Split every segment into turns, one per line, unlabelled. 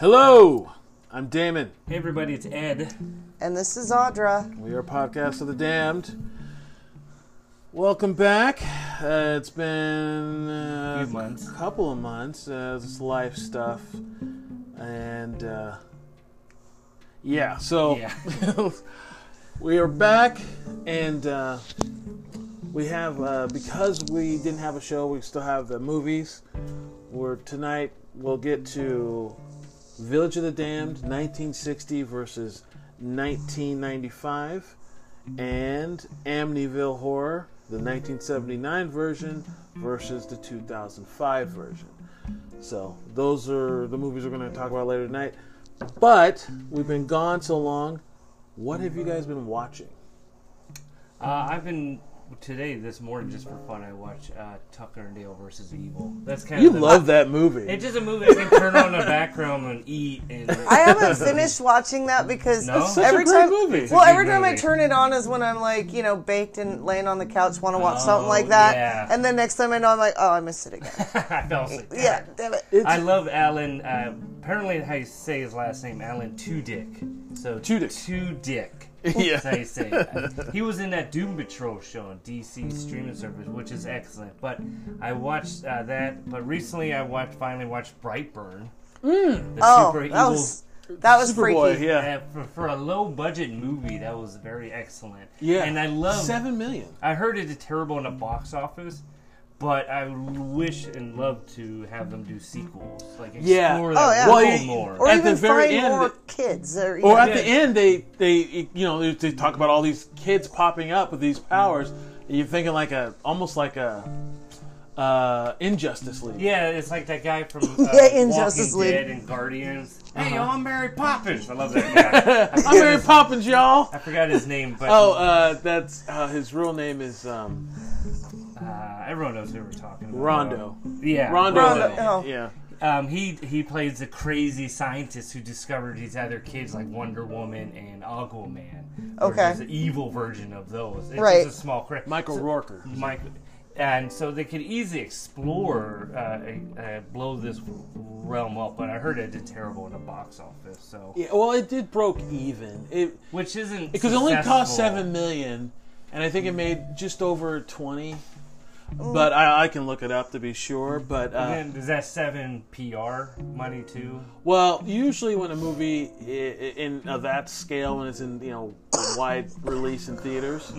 Hello, I'm Damon.
Hey everybody, it's Ed.
And this is Audra.
We are Podcast of the Damned. Welcome back. Uh, it's been uh,
Few months.
a couple of months. Uh, this life stuff, and uh, yeah. So
Yeah.
we are back, and uh, we have uh, because we didn't have a show, we still have the movies. Where tonight we'll get to Village of the Damned, 1960 versus 1995, and Amityville Horror, the 1979 version versus the 2005 version. So those are the movies we're going to talk about later tonight. But we've been gone so long. What have you guys been watching?
Uh, I've been today this morning just for fun. I watched uh, Tucker and Dale versus Evil. That's kind
You
of the,
love that movie.
It's just a movie I can turn on the background and eat. And
I haven't finished watching that because
No? It's such
a
every
great
time
movie. It's a
well,
good
every time I
movie.
turn it on is when I'm like, you know, baked and laying on the couch, want to watch
Oh,
something like that,
yeah.
and then next time I know, I'm like, oh, I missed it again.
I fell asleep.
yeah, damn it.
It's
I love Alan. Uh, apparently, how you say his last name, Alan Tudyk. So
Tudyk.
Tudyk.
Yeah.
That's how you say it. he was in that Doom Patrol show on DC streaming service, which is excellent. But I watched uh, that. But recently, I watched finally watched Brightburn. The
Oh,
super
that
evil
was that was freaky.
Superboy. Yeah,
Uh, for, for a low budget movie, that was very excellent.
yeah.
and I love.
seven million.
I heard it did terrible in the box office, but I wish and love to have them do sequels, like explore
Yeah.
that
Oh, yeah.
world
Well, you-
more.
Or
At the
even
very
find
end,
more
it-
kids. Or,
Or
yeah.
at the end, they they you know they talk about all these kids popping up with these powers. And you're thinking like a almost like a uh, Injustice League.
yeah, it's like that guy from uh,
Yeah, in
Walking
Justice League.
Dead and Guardians.
Uh-huh.
Hey, yo, I'm Mary Poppins. I love that guy. I,
I'm
forgot
Mary
his,
Poppins, y'all.
I forgot his name, but
Oh, uh, that's uh, his real name is um,
uh, everyone knows who we're talking about.
Rondo.
Yeah,
Rondo.
Rondo,
Lang.
oh.
Yeah.
Um, he he plays the crazy scientist who discovered these other kids like Wonder Woman and Aquaman. or
Okay.
he's the evil version of those. It's
Right.
just a small cri-
Michael Rorker.
Mike, and so they could easily explore, uh, uh, blow this realm up. But I heard it did terrible in the box office. So,
Yeah. Well, it did broke even. It
which isn't
because it only cost
successful.
seven million, and I think it made just over twenty. But I, I can look it up to be sure. But uh,
And then is that seven PR money too?
Well, usually when a movie i- i- in of that scale, when it's in you know wide release in theaters,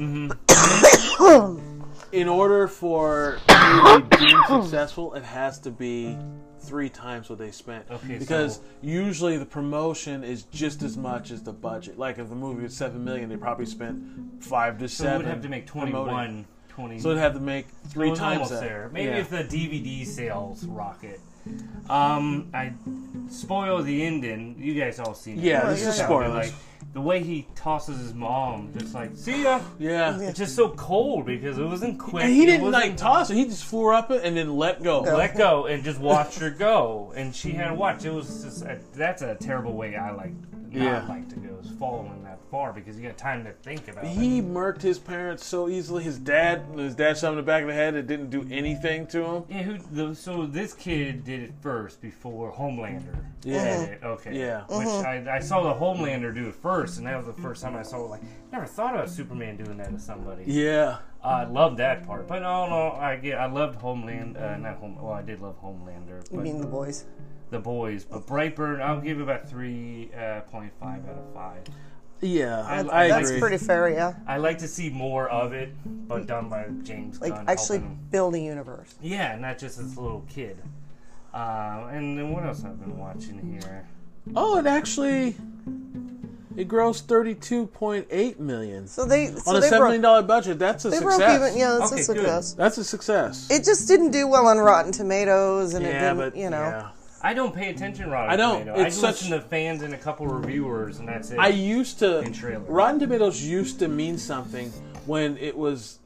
in order for it to be deemed successful, it has to be three times what they spent.
Okay, so-
because usually the promotion is just as much as the budget. Like if the movie was seven million, they probably spent five to
So
seven.
it would have to make
promoting.
21, 20.
So it'd have to make
It
three
was
times
almost
that.
there. Maybe
Yeah.
if the DVD sales rocket. Um, I spoil the ending. You guys all seen it.
Yeah,
right?
this is
So,
spoilers.
Like the way he tosses his mom, just like see ya.
yeah.
It's just so cold because it wasn't quick.
And he
It
didn't
wasn't-
like toss it. He just flew up it and then let go.
let go and just watch her go. And she had to watch. It was just a, that's a terrible way I like not
Yeah.
like to go is following that far because you got time to think about it.
He murked his parents so easily. His dad, his dad shot him in the back of the head. It didn't do anything to him.
Yeah, who, the, so this kid did it first before Homelander
Yeah. Mm-hmm.
said it. Okay.
Yeah.
Which
Mm-hmm.
I, I saw the Homelander do it first, and that was the first time I saw like never thought about Superman doing that to somebody.
Yeah,
I love that part, but no, no, I get I loved Homeland, uh, not Home. Well, I did love Homelander,
I
but
mean the boys.
the boys. But Brightburn, I'll give it about three uh, point five out of five.
yeah, I,
That's-
I
That's
agree.
pretty fair, yeah.
I like to see more of it, but done by James
Like
Gunn.
actually
helping him.
build a universe.
Yeah, not just this little kid. Uh, and then what else I've been watching here?
oh, it actually it grossed thirty two point eight million
So they so
on a
they
seven
broke,
million dollar budget. That's a
they broke
success.
even. Yeah, that's
Okay,
a
good.
success.
That's a success.
It just didn't do well on Rotten Tomatoes, and it
yeah,
didn't,
but
you know.
yeah.
I don't pay attention to Rotten
I don't.
Tomato. I
It's
just
such-
listen to fans and a couple reviewers, and that's it.
I used to
And trailer.
Rotten Tomatoes used to mean something when it was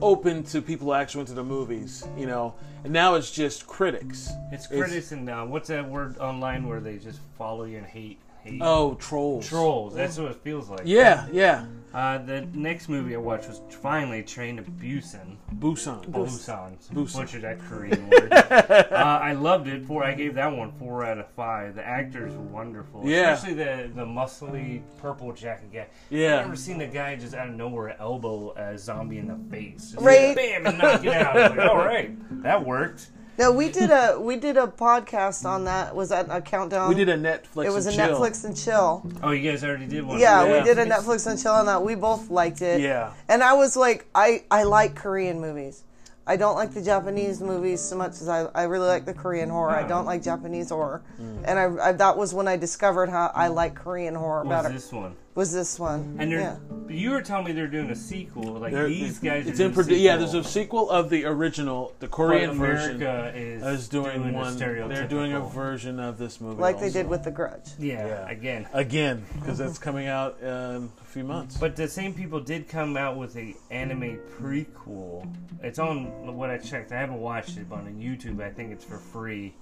open to people who actually went to the movies, you know. And now it's just critics.
it's critics and uh, what's that word online where they just follow you and hate? hate.
Oh, trolls.
Trolls. That's what it feels like.
Yeah, yeah.
Uh, the next movie I watched was finally Train to Busan.
Busan.
Busan.
Busan.
Butchered that Korean word. uh, I loved it. Four. I gave that one four out of five. The actors were wonderful.
Yeah.
Especially the the muscly purple jacket guy.
Yeah.
I've never seen the guy just out of nowhere elbow a zombie in the face. Just
Right.
Bam and knock it out. I was like, All right, that worked.
No, we did a we did a podcast on that. Was that a countdown?
Oh, We did a Netflix.
It was a
and chill.
Netflix and chill.
Oh, you guys already did one.
Yeah,
Yeah.
we did a Netflix and chill on that. We both liked it.
Yeah.
And I was like, I, I like Korean movies. I don't like the Japanese movies so much as I, I really like the Korean horror. I
Oh.
don't like Japanese horror.
Mm.
And I, I that was when I discovered how I like Korean horror
What
better.
was this one?
was this one.
And
yeah.
they're, you were telling me they're doing a sequel. Like
There-
these guys.
It's
are
in.
doing
produ- yeah, there's
sequel.
a sequel of the original, the
But
Korean version.
America is,
Is doing,
doing
one.
A
They're doing a
stereotypical-
version of this movie,
Like they
also.
did with The Grudge.
Yeah,
Yeah.
again.
again because that's coming out in a few months.
But the same people did come out with a anime prequel. It's on what I checked. I haven't watched it, but on YouTube, I think it's for free.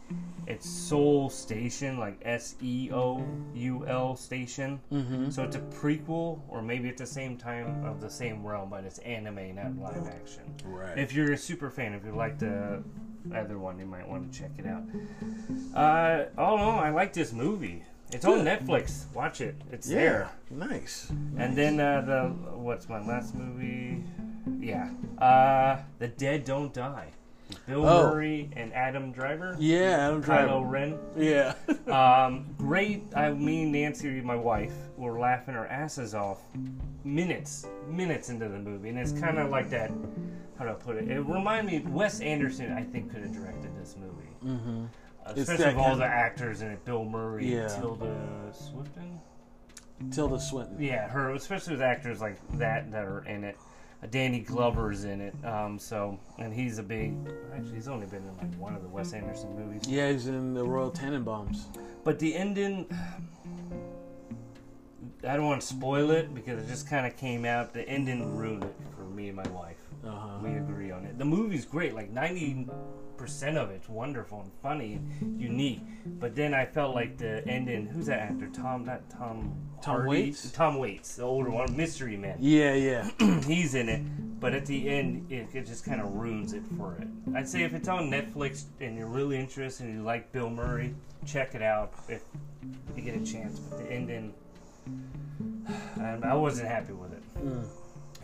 It's Soul Station, like S E O U L Station. Mm-hmm. So it's a prequel, or maybe at the same time of the same realm, but it's anime, not live action.
Right.
If you're a super fan, if you like the other one, you might want to check it out. Uh, all in all, I like this movie. It's on Netflix. Watch it. It's there.
nice.
And then uh, the what's my last movie? Yeah, uh, the Dead Don't Die. Bill
Oh.
Murray and Adam Driver.
Yeah, Adam Driver.
Kylo Ren.
Yeah,
Um, great. I mean, Nancy, my wife, were laughing our asses off minutes, minutes into the movie, and it's kind of like that. How do I put it? It reminded me. Wes Anderson, I think, could have directed this movie. Mm-hmm.
It's
Especially
that
with all
kind
the actors in it, Bill Murray,
Yeah.
Tilda Swinton.
Tilda Swinton.
Yeah, her, especially with actors like that that are in it. Uh, Danny Glover's in it, um, so and he's a big. Actually, he's only been in like one of the Wes Anderson movies.
Yeah, he's in the Royal Tenenbaums.
But the ending, I don't want to spoil it because it just kind of came out. The ending ruined it for me and my wife.
Uh-huh.
We agree on it. The movie's great, like ninety percent of it's wonderful and funny and unique. But then I felt like the ending. Who's that actor? Tom? Not Tom.
Tom
Hardy?
Waits?
Tom Waits, the older one, Mystery Man
Yeah, yeah.
he's in it, but at the end, it, it just kind of ruins it for it. I'd say if it's on Netflix and you're really interested and you like Bill Murray, check it out if you get a chance. But the ending, I, I wasn't happy with it.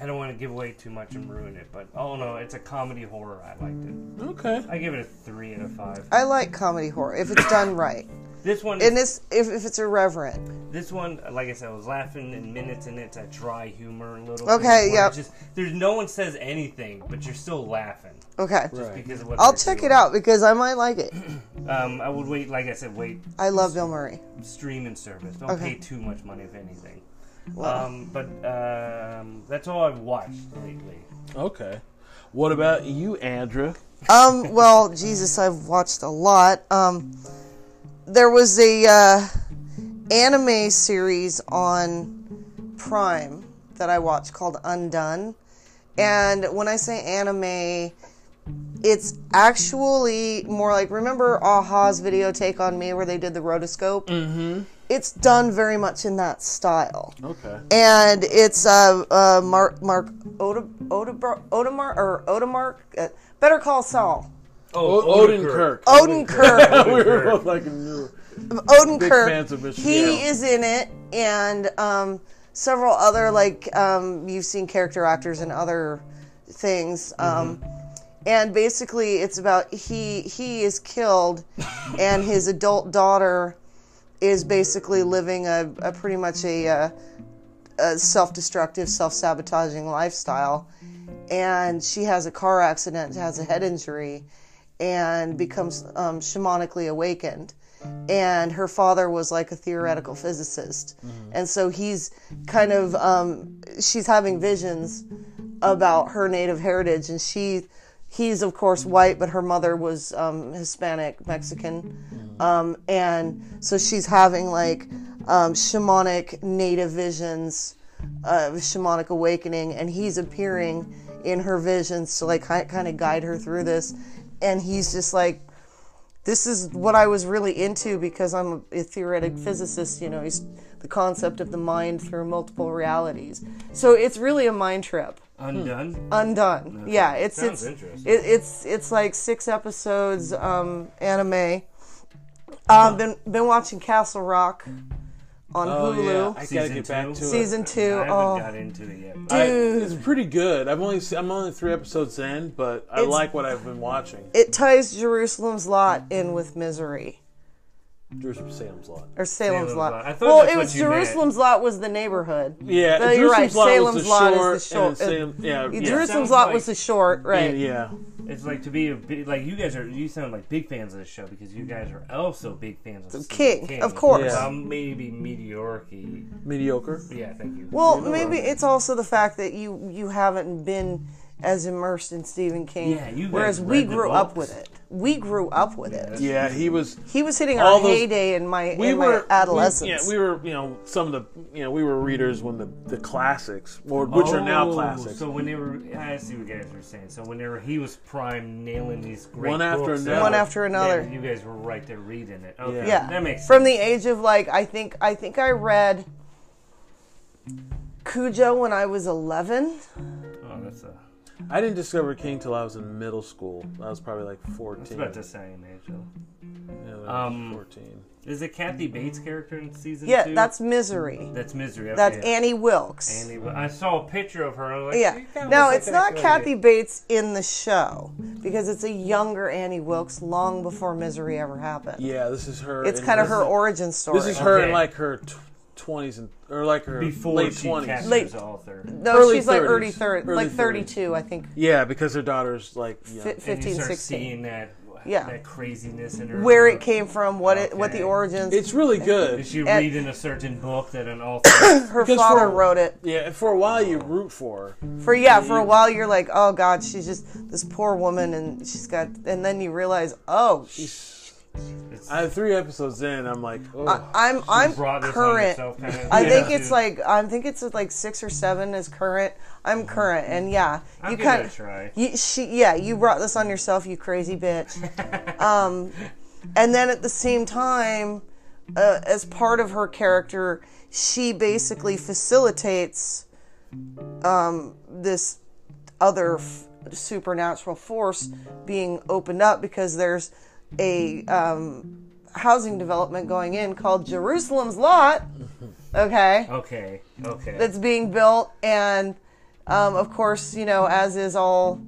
I don't want to give away too much and ruin it, but oh no, it's a comedy horror. I liked it.
Okay.
I give it a three out of five.
I like comedy horror if it's done right.
This one,
And this if, if it's irreverent.
this one, like I said, I was laughing in minutes, and it's a dry humor, a little.
Okay,
bit, where
yep.
it's Just there's no one says anything, but you're still laughing
Okay.
Right.
because of what.
I'll
they're
check
doing.
it out because I might like it.
Um, I would wait, like I said, wait
I love Bill Murray.
streaming service. Don't
Okay.
pay too much money if anything.
Well,
Um, but um, that's all I've watched lately.
Okay. What about you, Andra?
um, well, Jesus, I've watched a lot. Um, there was a uh, anime series on Prime that I watched called Undone, and when I say anime, it's actually more like remember Aha's video take on me where they did the rotoscope. Mm-hmm. It's done very much in that style.
Okay.
and it's uh, uh Mark Mark Oda, Oda, Odemar or Odemark. Uh, better call Saul.
Oh,
O- Odin Kirk.
Odin Kirk.
we were both like, no.
Odin Kirk.
fans of Mr.
He
Yeah.
is in it, and um, several other like um, you've seen character actors and other things. Um,
Mm-hmm.
And basically, it's about he he is killed, and his adult daughter is basically living a, a pretty much a, uh a self-destructive, self-sabotaging lifestyle, and she has a car accident, has a head injury, and becomes um, shamanically awakened. And her father was like a theoretical physicist, and so he's kind of um, she's having visions about her native heritage, and she he's of course white, but her mother was um, Hispanic Mexican, um, and so she's having like um, shamanic native visions, uh, shamanic awakening, and he's appearing in her visions to like kind of guide her through this, and he's just like this is what I was really into because I'm a theoretic physicist. You know, he's the concept of the mind through multiple realities. So it's really a mind trip.
Hmm.
Undone.
Undone. Yeah, it's
Sounds
it's
interesting.
it, it's it's like six episodes um, anime. Um, been been watching Castle Rock on
Oh,
Hulu.
yeah. I gotta
Season
get back
two?
to it.
Season two.
I haven't
oh.
got into it yet. but-
I, it's pretty good. I've only se- I'm only three episodes in, but I
It's-
like what I've been watching.
It ties Jerusalem's Lot in with misery.
Jerusalem Salem's Lot.
Or Salem's,
Salem's
Lot.
Lot. I thought
Well,
that's
it
what
was
you meant.
Jerusalem's Lot was the neighborhood.
Yeah,
No, you're right.
Jerusalem's Lot
Salem's
was the
Lot
short,
is the short. uh,
and then Salem, yeah, yeah,
Jerusalem's
sounds
Lot
like-
was the short,
yeah,
right?
yeah.
It's like to be a big, like you guys are you sound like big fans of this show because you guys are also big fans of Stephen
King, of course.
Yeah.
Um, maybe mediocre.
mediocre.
Yeah, thank you.
Well, maybe it's also the fact that you you haven't been as immersed in Stephen King.
Yeah, you guys
whereas we
read the
grew up
books.
with it. We grew up with it.
Yeah, he was.
He was hitting
All
our
those-
heyday in my
We
in
were
my adolescence.
We, yeah, we were. You know, some of the. You know, we were readers when the the classics, or which are now
Oh,
classics.
So whenever I see what you guys are saying, so whenever he was prime nailing these great
One after
books
another.
out,
One
after another.
then you guys were right there reading it. Okay,
Yeah.
Yeah.
that makes
From
sense.
the age of like I think I think I read Cujo when I was 11.
oh, that's a
I didn't discover King till I was in middle school. I was probably like fourteen.
it's about the same age. though.
Yeah, when I was
Um,
fourteen.
Is it Kathy Bates' character in season
Yeah,
two?
that's misery.
that's misery. Okay.
That's Annie Wilkes.
Annie. I saw a picture of her. I was like,
Yeah.
"That
Now
looks
it's
like
not
an
Kathy
idea."
Bates in the show because it's a younger Annie Wilkes long before misery ever happened.
Yeah, this is her.
It's
and
kind of
this
her
is-
origin story.
This is her in
Okay.
like her twenties and or like her
before
late
she
twenties.
catches
Late-
author.
no,
early
she's like
30s,
early 30,
early
like 32, I think,
Yeah, because her daughter's like young.
fi-
and you
15,
start
16.
seeing that,
Yeah.
that craziness in her.
Where it came from, what it, what the
Okay.
origins.
It's really
Is
good.
she
and-
reading a certain book that an author?
her
because
father
for-
wrote it.
Yeah, and for a while you root for her.
For yeah, for a while you're like, oh god, she's just this poor woman, and she's got, and then you realize, oh,
I three episodes in, I'm like, oh,
I'm I'm
brought this on
current.
yourself, kind of-
I
Yeah.
think it's
Yeah.
like I think it's like six or seven is current. I'm current, and yeah,
Mm-hmm. I'll
you
give it
kind
a try.
You, she, yeah, you brought this on yourself, you crazy bitch. um, and then at the same time, uh, as part of her character, she basically facilitates um, this other f- supernatural force being opened up because there's a um, housing development going in called Jerusalem's Lot. Okay
Okay, okay.
that's being built and um, of course you know as is all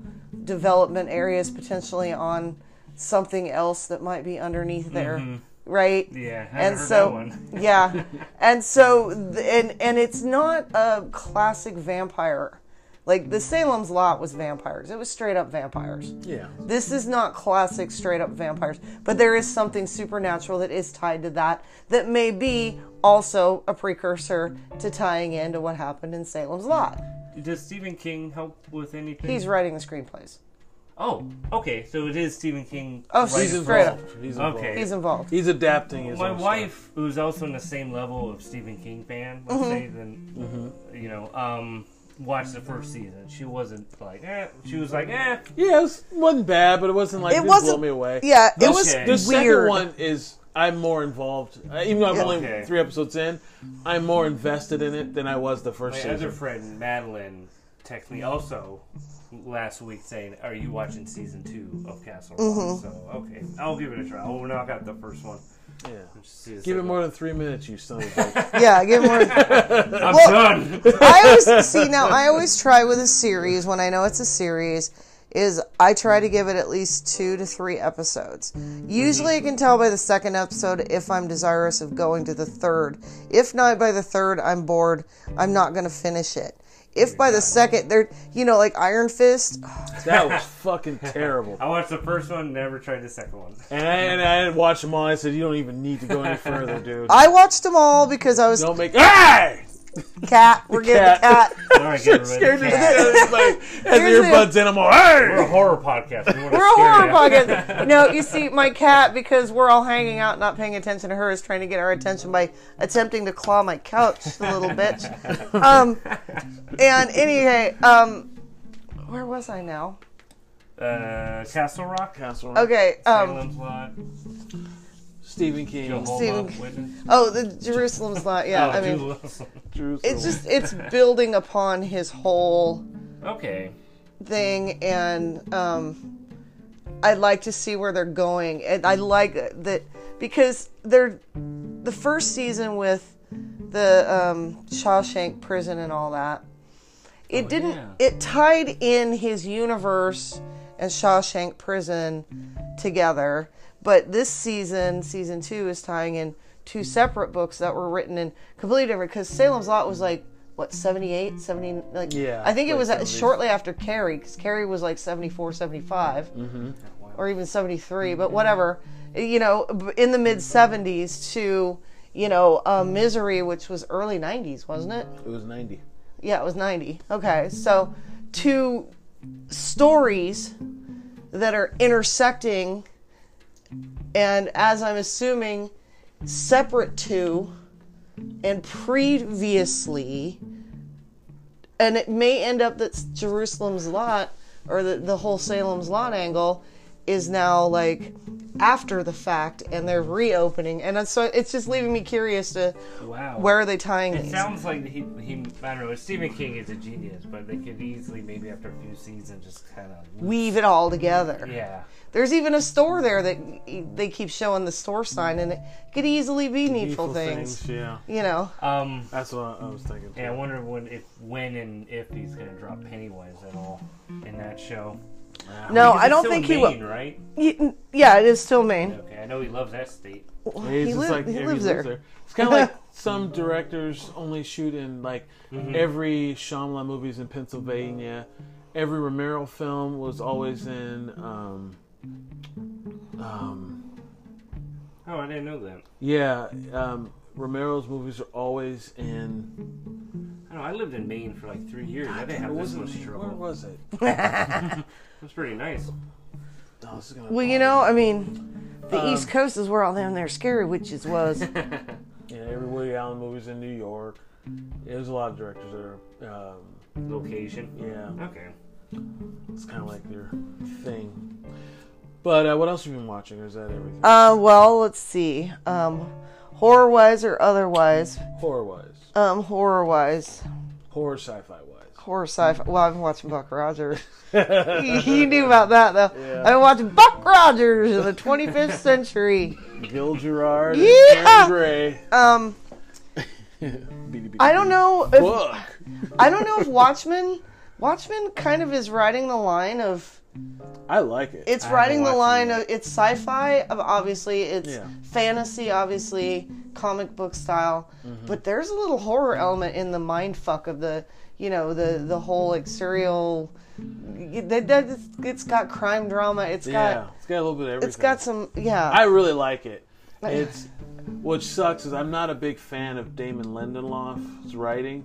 development areas potentially on something else that might be underneath there right
Mm-hmm. yeah, I
and
heard
so
that one.
yeah and so th- and and it's not a classic vampire like the salem's lot was vampires it was straight up vampires
yeah.
this is not classic straight up vampires, but there is something supernatural that is tied to that that may be also a precursor to tying into what happened in Salem's Lot.
Does Stephen King help with anything?
He's writing the screenplays.
oh, okay. So it is Stephen King.
Oh,
writing
He's
He's
for-
straight up.
involved. He's involved.
Okay.
He's involved.
He's adapting his
My
own
wife, who's also in the same level of Stephen King fan,
Mm-hmm.
let's say, then
Mm-hmm.
you know, um, watched the first season. She wasn't like, eh. She was like, eh.
Stuff. Yeah, it was, wasn't bad, but it wasn't like
It
it didn't
wasn't-
blow me away.
Yeah, it
This-
was
Okay.
The
weird.
second one is I'm more involved. Uh, Even though I'm only
Okay.
three episodes in, I'm more invested in it than I was the first
My
season.
other friend Madeline texted me also last week saying, "Are you watching season two of Castle Rock?"
Mm-hmm.
So okay, I'll give it a try. I'll knock out the first one.
yeah.
Just see the
Give it
second
more than three minutes, you son of a bitch.
Yeah, give more.
one. I'm
Well-
done.
I always see now. I always try with a series when I know it's a series. Is I try to give it at least two to three episodes. Usually, I can tell by the second episode if I'm desirous of going to the third. If not by the third, I'm bored. I'm not going to finish it. If by the second, there, you know, like Iron Fist,
that was fucking terrible.
I watched the first one, never tried the second one.
And I, and I didn't watch them all. I said, you don't even need to go any further, dude.
I watched them all because I was
Don't make. Hey!
cat. We're getting the
cat.
cat.
All right, get rid
Scared
of
the
the
shit
cat.
out of everybody. Has
Here's the-
earbuds in. I'm all, hey!
We're a horror podcast. We want to
We're a
scare
horror
you.
podcast. No, you see, my cat, because we're all hanging out, not paying attention to her, is trying to get our attention by attempting to claw my couch, the little bitch. Um, and anyway, um, where was I now?
uh, Castle Rock,
Castle Rock.
Okay. Um,
Salem's Lot,
Stephen King.
Jehovah
Stephen-
Witness.
oh, the Jerusalem's not. Yeah.
Oh,
Uh, I mean,
Jerusalem.
Jerusalem.
it's just it's building upon his whole
okay.
thing, and um, I'd like to see where they're going, and I like that because they're the first season with the um, Shawshank prison and all that. It didn't.
yeah.
It tied in his universe and Shawshank prison together, but this season, season two, is tying in two separate books that were written in completely different. Because Salem's Lot was like what 78 70 like
Yeah,
i think it
late
was at,
70s.
shortly after carrie because carrie was like 74 75 or even 73 but whatever you know b- in the mid 70s to you know uh, misery which was early 90s wasn't it
it was 90.
yeah it was 90 okay so two stories that are intersecting and as i'm assuming separate to and previously and it may end up that jerusalem's lot or the, the whole salem's lot angle is now like after the fact and they're reopening and that's- so it's just leaving me curious to
Wow.
where are they tying
It
these
sounds like he, he, I don't know, Stephen King is a genius, but they could easily, maybe after a few seasons, just kind of.
weave it all together
Yeah.
There's even a store there that e, they keep showing the store sign, and it could easily be needful,
Evil
things.
Yeah.
You know,
Um,
That's what I was thinking.
yeah, I wonder when, if, when and if he's going to drop Pennywise at all in that show.
no,
Ah, Because
I
it's
don't
still
think
in
he will.
Maine, Right?
Y- Yeah, it is still Maine.
Okay, I know he loves that state.
It's
He,
just
li-
like
he
every
lives there.
It's kind of like some directors only shoot in like every Shyamalan movie's in Pennsylvania. Every Romero film was always in. Um, um,
Oh, I didn't know that.
yeah, um, Romero's movies are always in.
I know I lived in Maine for like three years. I didn't
It
have this
wasn't-
much
where
trouble.
was it?
It was pretty nice.
Oh, this is gonna
Well, you
bother
know, I mean, the East Coast is where all them their scary witches was.
me. Yeah, every Woody Allen movie's in New York. There's a lot of directors that are. Um,
Location.
yeah.
Okay.
It's kind of like your thing. But uh, what else have you been watching? Or is that everything?
uh, well, let's see. Um, horror wise or otherwise,
horror wise,
um, horror wise,
horror sci fi wise.
horror sci-fi. Well, I've been watching Buck Rogers. you knew about that though. I've been watching Buck Rogers in the 25th century.
Gil Gerard and
Yeah!
Aaron Gray.
Um,
BDB.
I don't know if
Book.
I don't know if Watchmen Watchmen kind of is riding the line of
I like it.
it's
I
riding the
haven't watched
line
it
of it's sci-fi of obviously it's
Yeah.
fantasy obviously comic book style but there's a little horror element in the mind fuck of the you know the the whole like serial that, that it's got crime drama it's
yeah,
got
it's got a little bit of everything.
it's got some yeah
I really like it. It's what sucks is I'm not a big fan of Damon Lindelof's writing.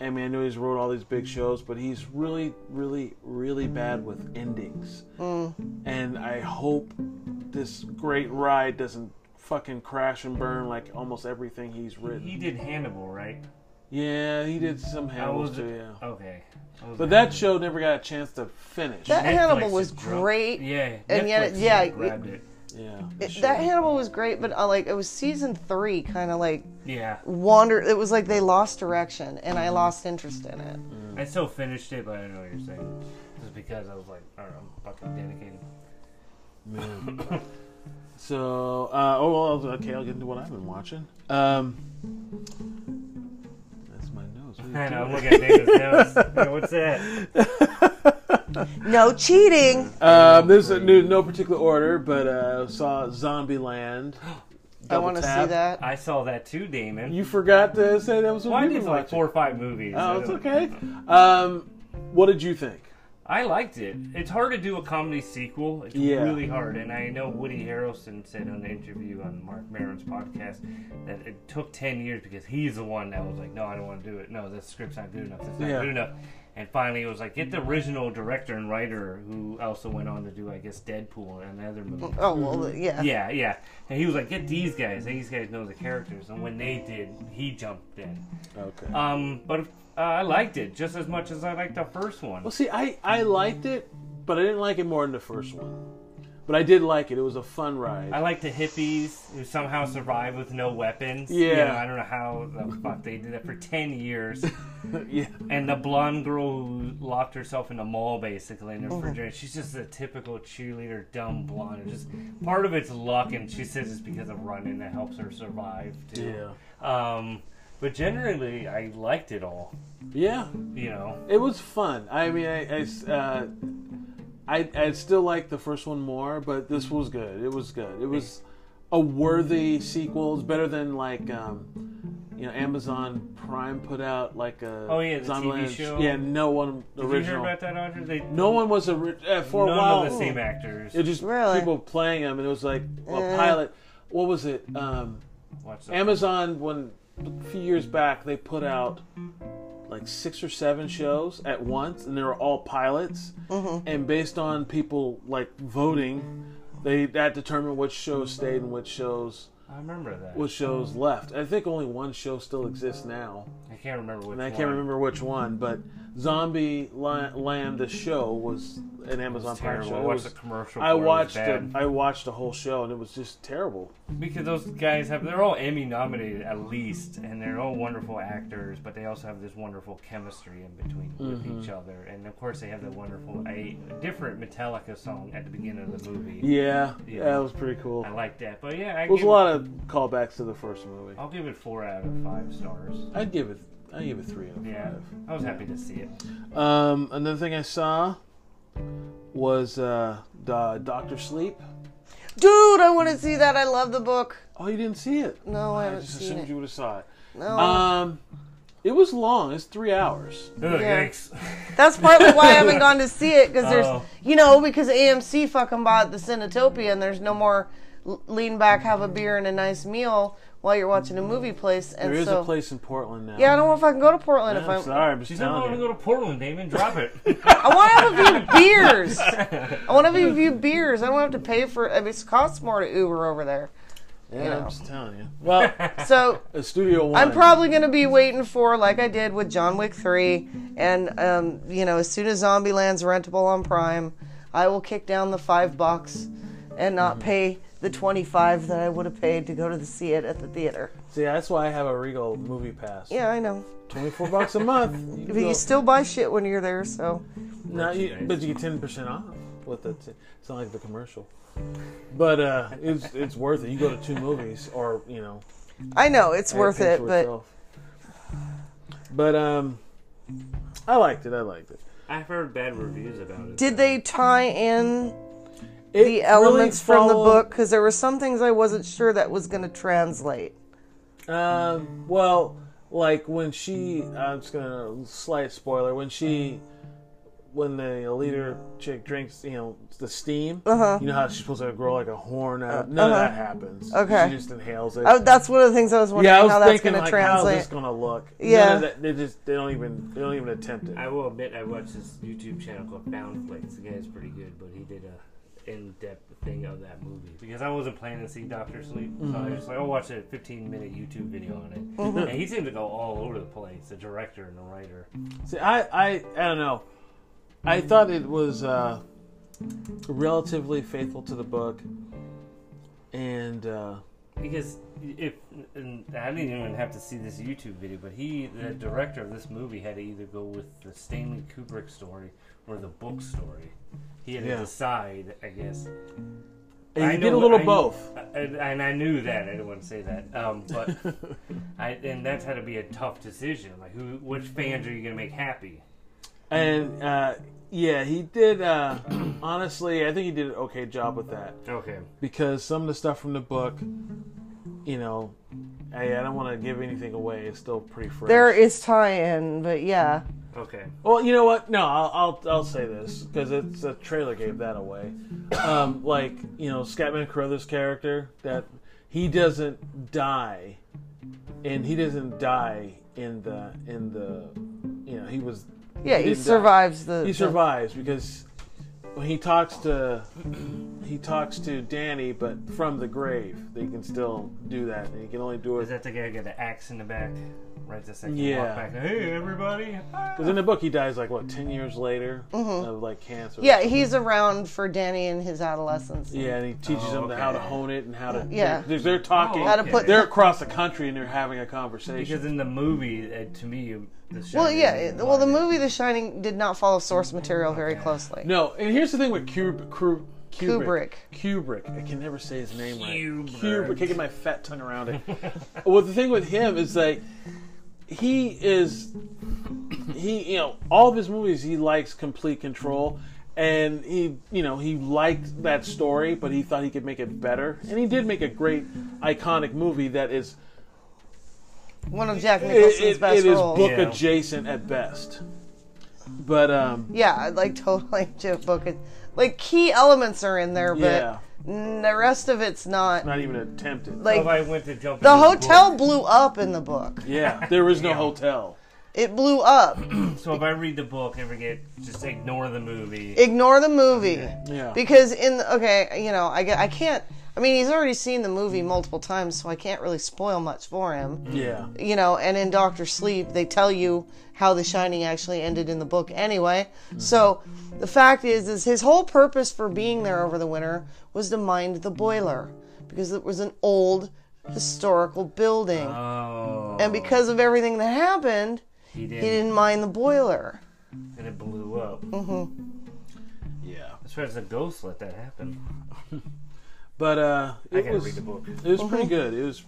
I mean, I know he's wrote all these big shows, but he's really, really, really bad with endings.
Mm.
And I hope this great ride doesn't fucking crash and burn like almost everything he's written.
He did Hannibal, right?
Yeah, he did some
I
handles
was-
too. Yeah.
Okay. I was-
But that show never got a chance to finish.
That- Hannibal
Netflix
was
had dro-
great,
Yeah.
and yet it-
Netflix
yeah,
had grabbed it.
yeah.
It- that Hannibal was great, but uh, like it was season three, kind of like
Yeah.
wander. It was like they lost direction, and I lost interest in it.
I still finished it, but I know what you're saying. Just because I was like, I don't know, I'm fucking dedicated.
So, uh, oh, well, okay, I'll get into what I've been watching. Um, that's my nose. What are
I
you doing?
know, I'm looking at David's nose. Hey, what's that?
No cheating.
Um, this is a new, no particular order, but uh, saw Zombieland.
I
Double
want to see
tap.
that.
I saw that too, Damon.
You forgot to say that was what
well, I
you've
did
been
like
watching.
four or five movies. I
oh, it's
don't-
okay. Um, what did you think?
I liked it. It's hard to do a comedy sequel. It's
Yeah.
really hard. And I know Woody Harrelson said on an interview on Mark Maron's podcast that it took 10 years because he's the one that was like, no, I don't want to do it. No, this script's not good enough. This not
Yeah.
good enough. And finally, it was like, get the original director and writer who also went on to do, I guess, Deadpool and another movie.
Oh well,
Mm-hmm.
yeah.
Yeah, yeah. And he was like, get these guys. These guys know the characters. And when they did, he jumped in. uh,
Okay.
Um, but uh, I liked it just as much as I liked the first one.
Well, see, I, I liked it, but I didn't like it more than the first one. But I did like it. It was a fun ride.
I like the hippies who somehow survive with no weapons.
Yeah.
You know, I don't know how the fuck they did that for 10 years.
yeah,
and the blonde girl who locked herself in the mall basically
Oh.
in the refrigerator. She's just a typical cheerleader, dumb blonde. Just part of it's luck, and she says it's because of running that helps her survive too.
yeah,
Um, but generally, I liked it all.
yeah.
You know,
It was fun. I mean, I, I s- uh, I, I still like the first one more, but this was good. It was good. It was a worthy sequel. It's better than like, um, you know, Amazon Prime put out like a
Oh, yeah, the TV
Zombieland-
show.
Yeah, no one
did you hear
original.
about that, Audrey? They
no one was ori- uh, for
none
a while.
of the same actors.
It just
Really?
people playing them, and it was like a
Eh.
pilot. What was it? Um,
Watch that.
Amazon, when a few years back, they put out like six or seven shows at once, and they were all pilots. And based on people like voting, they that determined which shows stayed and which shows
I remember that.
which shows left. I think only one show still exists now,
I can't remember which.
and I
one.
can't remember which one. But Zombie Li- Land, the show, was an Amazon
It's
Prime
terrible.
show.
I
It
watched
was-
the commercial.
I
for it. It was
watched it.
bad.
I watched the whole show, and it was just terrible.
because those guys have they're all Emmy nominated at least, and they're all wonderful actors, but they also have this wonderful chemistry in between with each other, and of course they have that wonderful a different Metallica song at the beginning of the movie.
Yeah,
Yeah.
yeah, it was pretty cool.
I like that, but yeah, I
It was
give
a lot of callbacks to the first movie.
I'll give it four out of five stars.
I'd give it. I give it three out of
Yeah, I was happy to see it.
five. Um, another thing I saw was uh, Doctor Sleep.
Dude, I want to see that. I love the book.
Oh, you didn't see it?
No, I
I
haven't
just
seen
assumed
it. Oh.
you would have saw it.
No.
Um, it was long. It's three hours.
Ugh,
Yeah.
yikes.
That's partly why I haven't gone to see it because
Oh.
there's, you know, because AMC fucking bought the Cinetopia and there's no more l- lean back, have a beer and a nice meal while you're watching a movie place. And
There is
so,
a place in Portland now.
yeah, I don't want to fucking go to Portland if
I'm
I'm.
sorry. I'm just
She's not
telling
going to
you.
go to Portland, Damon. Drop it.
I want to have a few beers. I want to have a few beers. I don't have to pay for. I mean, it costs more to Uber over there.
Yeah,
you know.
I'm just telling you. Well,
So
uh, Studio One.
I'm probably going to be waiting for, like I did with John Wick 3. And, um, you know, as soon as Zombieland's rentable on Prime, I will kick down the five bucks and not
Mm-hmm.
pay the 25 that I would have paid to go to the see it at the theater.
See, that's why I have a Regal movie pass.
Yeah, I know.
Twenty-four bucks a month. You
But
go-
you still buy shit when you're there, so.
No, you, but you get ten percent off with it. It's not like the commercial, but uh, it's it's worth it. You go to two movies, or you know,
I know, it's worth
pays
it,
for
but.
itself. but um, I liked it. I liked it.
I've heard bad reviews about it.
Did they tie in
It
the
really
elements from the
followed-
book? Because there were some things I wasn't sure that was going to translate.
Um, well, like when she, I'm just gonna slight spoiler. When she, when the leader chick drinks, you know, the steam. Uh-huh. You know how she's supposed to grow like a horn out. None of that happens.
Uh, uh-huh. Okay.
She just inhales it.
I, Oh, that's one of the things I was wondering
yeah, I was
how that's
thinking like,
going to translate.
how's this gonna look?
Yeah.
None of that- they just they don't even they don't even attempt it.
I will admit I watched this YouTube channel called Bound Flicks. The guy's pretty good, but he did a in-depth thing of that movie because I wasn't planning to see Doctor Sleep, so I was just like, I'll watch a 15-minute YouTube video on it. And he seemed to go all over the place, the director and the writer.
See, I, I I don't know. I thought it was uh, relatively faithful to the book, and uh,
Because if and I didn't even have to see this YouTube video, but he, the director of this movie, had to either go with the Stanley Kubrick story or the book story. He had
Yeah.
to decide, I guess.
and you
know
get a
what-
little
I-
both.
and, and I knew that. I didn't want to say that. Um, but I, and that's had to be a tough decision. Like, who, which fans are you going to make happy?
And uh, yeah, he did. Uh, honestly, I think he did an okay job with that
Okay.
because some of the stuff from the book, you know, I, I don't want to give anything away. It's still pretty fresh.
There is tie-in, but yeah.
Okay.
Well, you know what? No, I'll I'll, I'll say this because it's a trailer gave that away. Um, like you know, Scatman Carruthers' character that he doesn't die, and he doesn't die in the in the you know he was
Yeah,
Mm-hmm. He
he,
didn't die.
survives the.
he survives because when he talks to he talks to Danny, but from the grave they can still do that, and he can only do
Is
it.
that the guy who got the axe in the back? right the second.
Yeah.
Walk back. Hey, everybody. Ah.
Because in the book, he dies like what ten years later of like cancer.
Yeah, he's around for Danny in his adolescence.
Yeah, and he teaches
Oh,
them how to how to
okay.
hone it and how to.
Yeah.
they're, they're talking.
How to put-
They're across the country and they're having a conversation.
Oh, Because in the movie, uh, to me, the show.
Well, yeah. it- Well, the movie The Shining did not follow source material very closely.
no, and here's the thing with Kubrick. Kubrick.
Kubrick.
Kubrick. I can never say his name right.
Kubrick.
Kubrick. Can't get my fat tongue around it. well, the thing with him is like he is he you know all of his movies he likes complete control and he you know he liked that story but he thought he could make it better and he did make a great iconic movie that is
One of Jack
it,
Nicholson's
it-
best
it is
roles.
book
Yeah.
adjacent at best but um
yeah, I like totally Jeff book. it. Like key elements are in there,
yeah
but n- the rest of it's not.
not even attempted
So if
Like
I went to jump
the
into
hotel blew up in the book.
yeah there is no hotel
It blew up.
book- So if I read the book and forget, just ignore the movie.
Ignore the movie.
yeah
Because in okay, you know, I, get- I can't. I mean, he's already seen the movie multiple times, so I can't really spoil much for him.
yeah
You know, and in Doctor Sleep, they tell you how The Shining actually ended in the book anyway.
Mm-hmm.
So the fact is, is his whole purpose for being there over the winter was to mind the boiler because it was an old historical building,
oh,
and because of everything that happened,
he did,
he didn't mind the boiler.
and it blew up.
yeah
As far as the ghost, let that happen.
but uh
I
it
gotta
was
read the book.
It was pretty
Mm-hmm.
good. It was,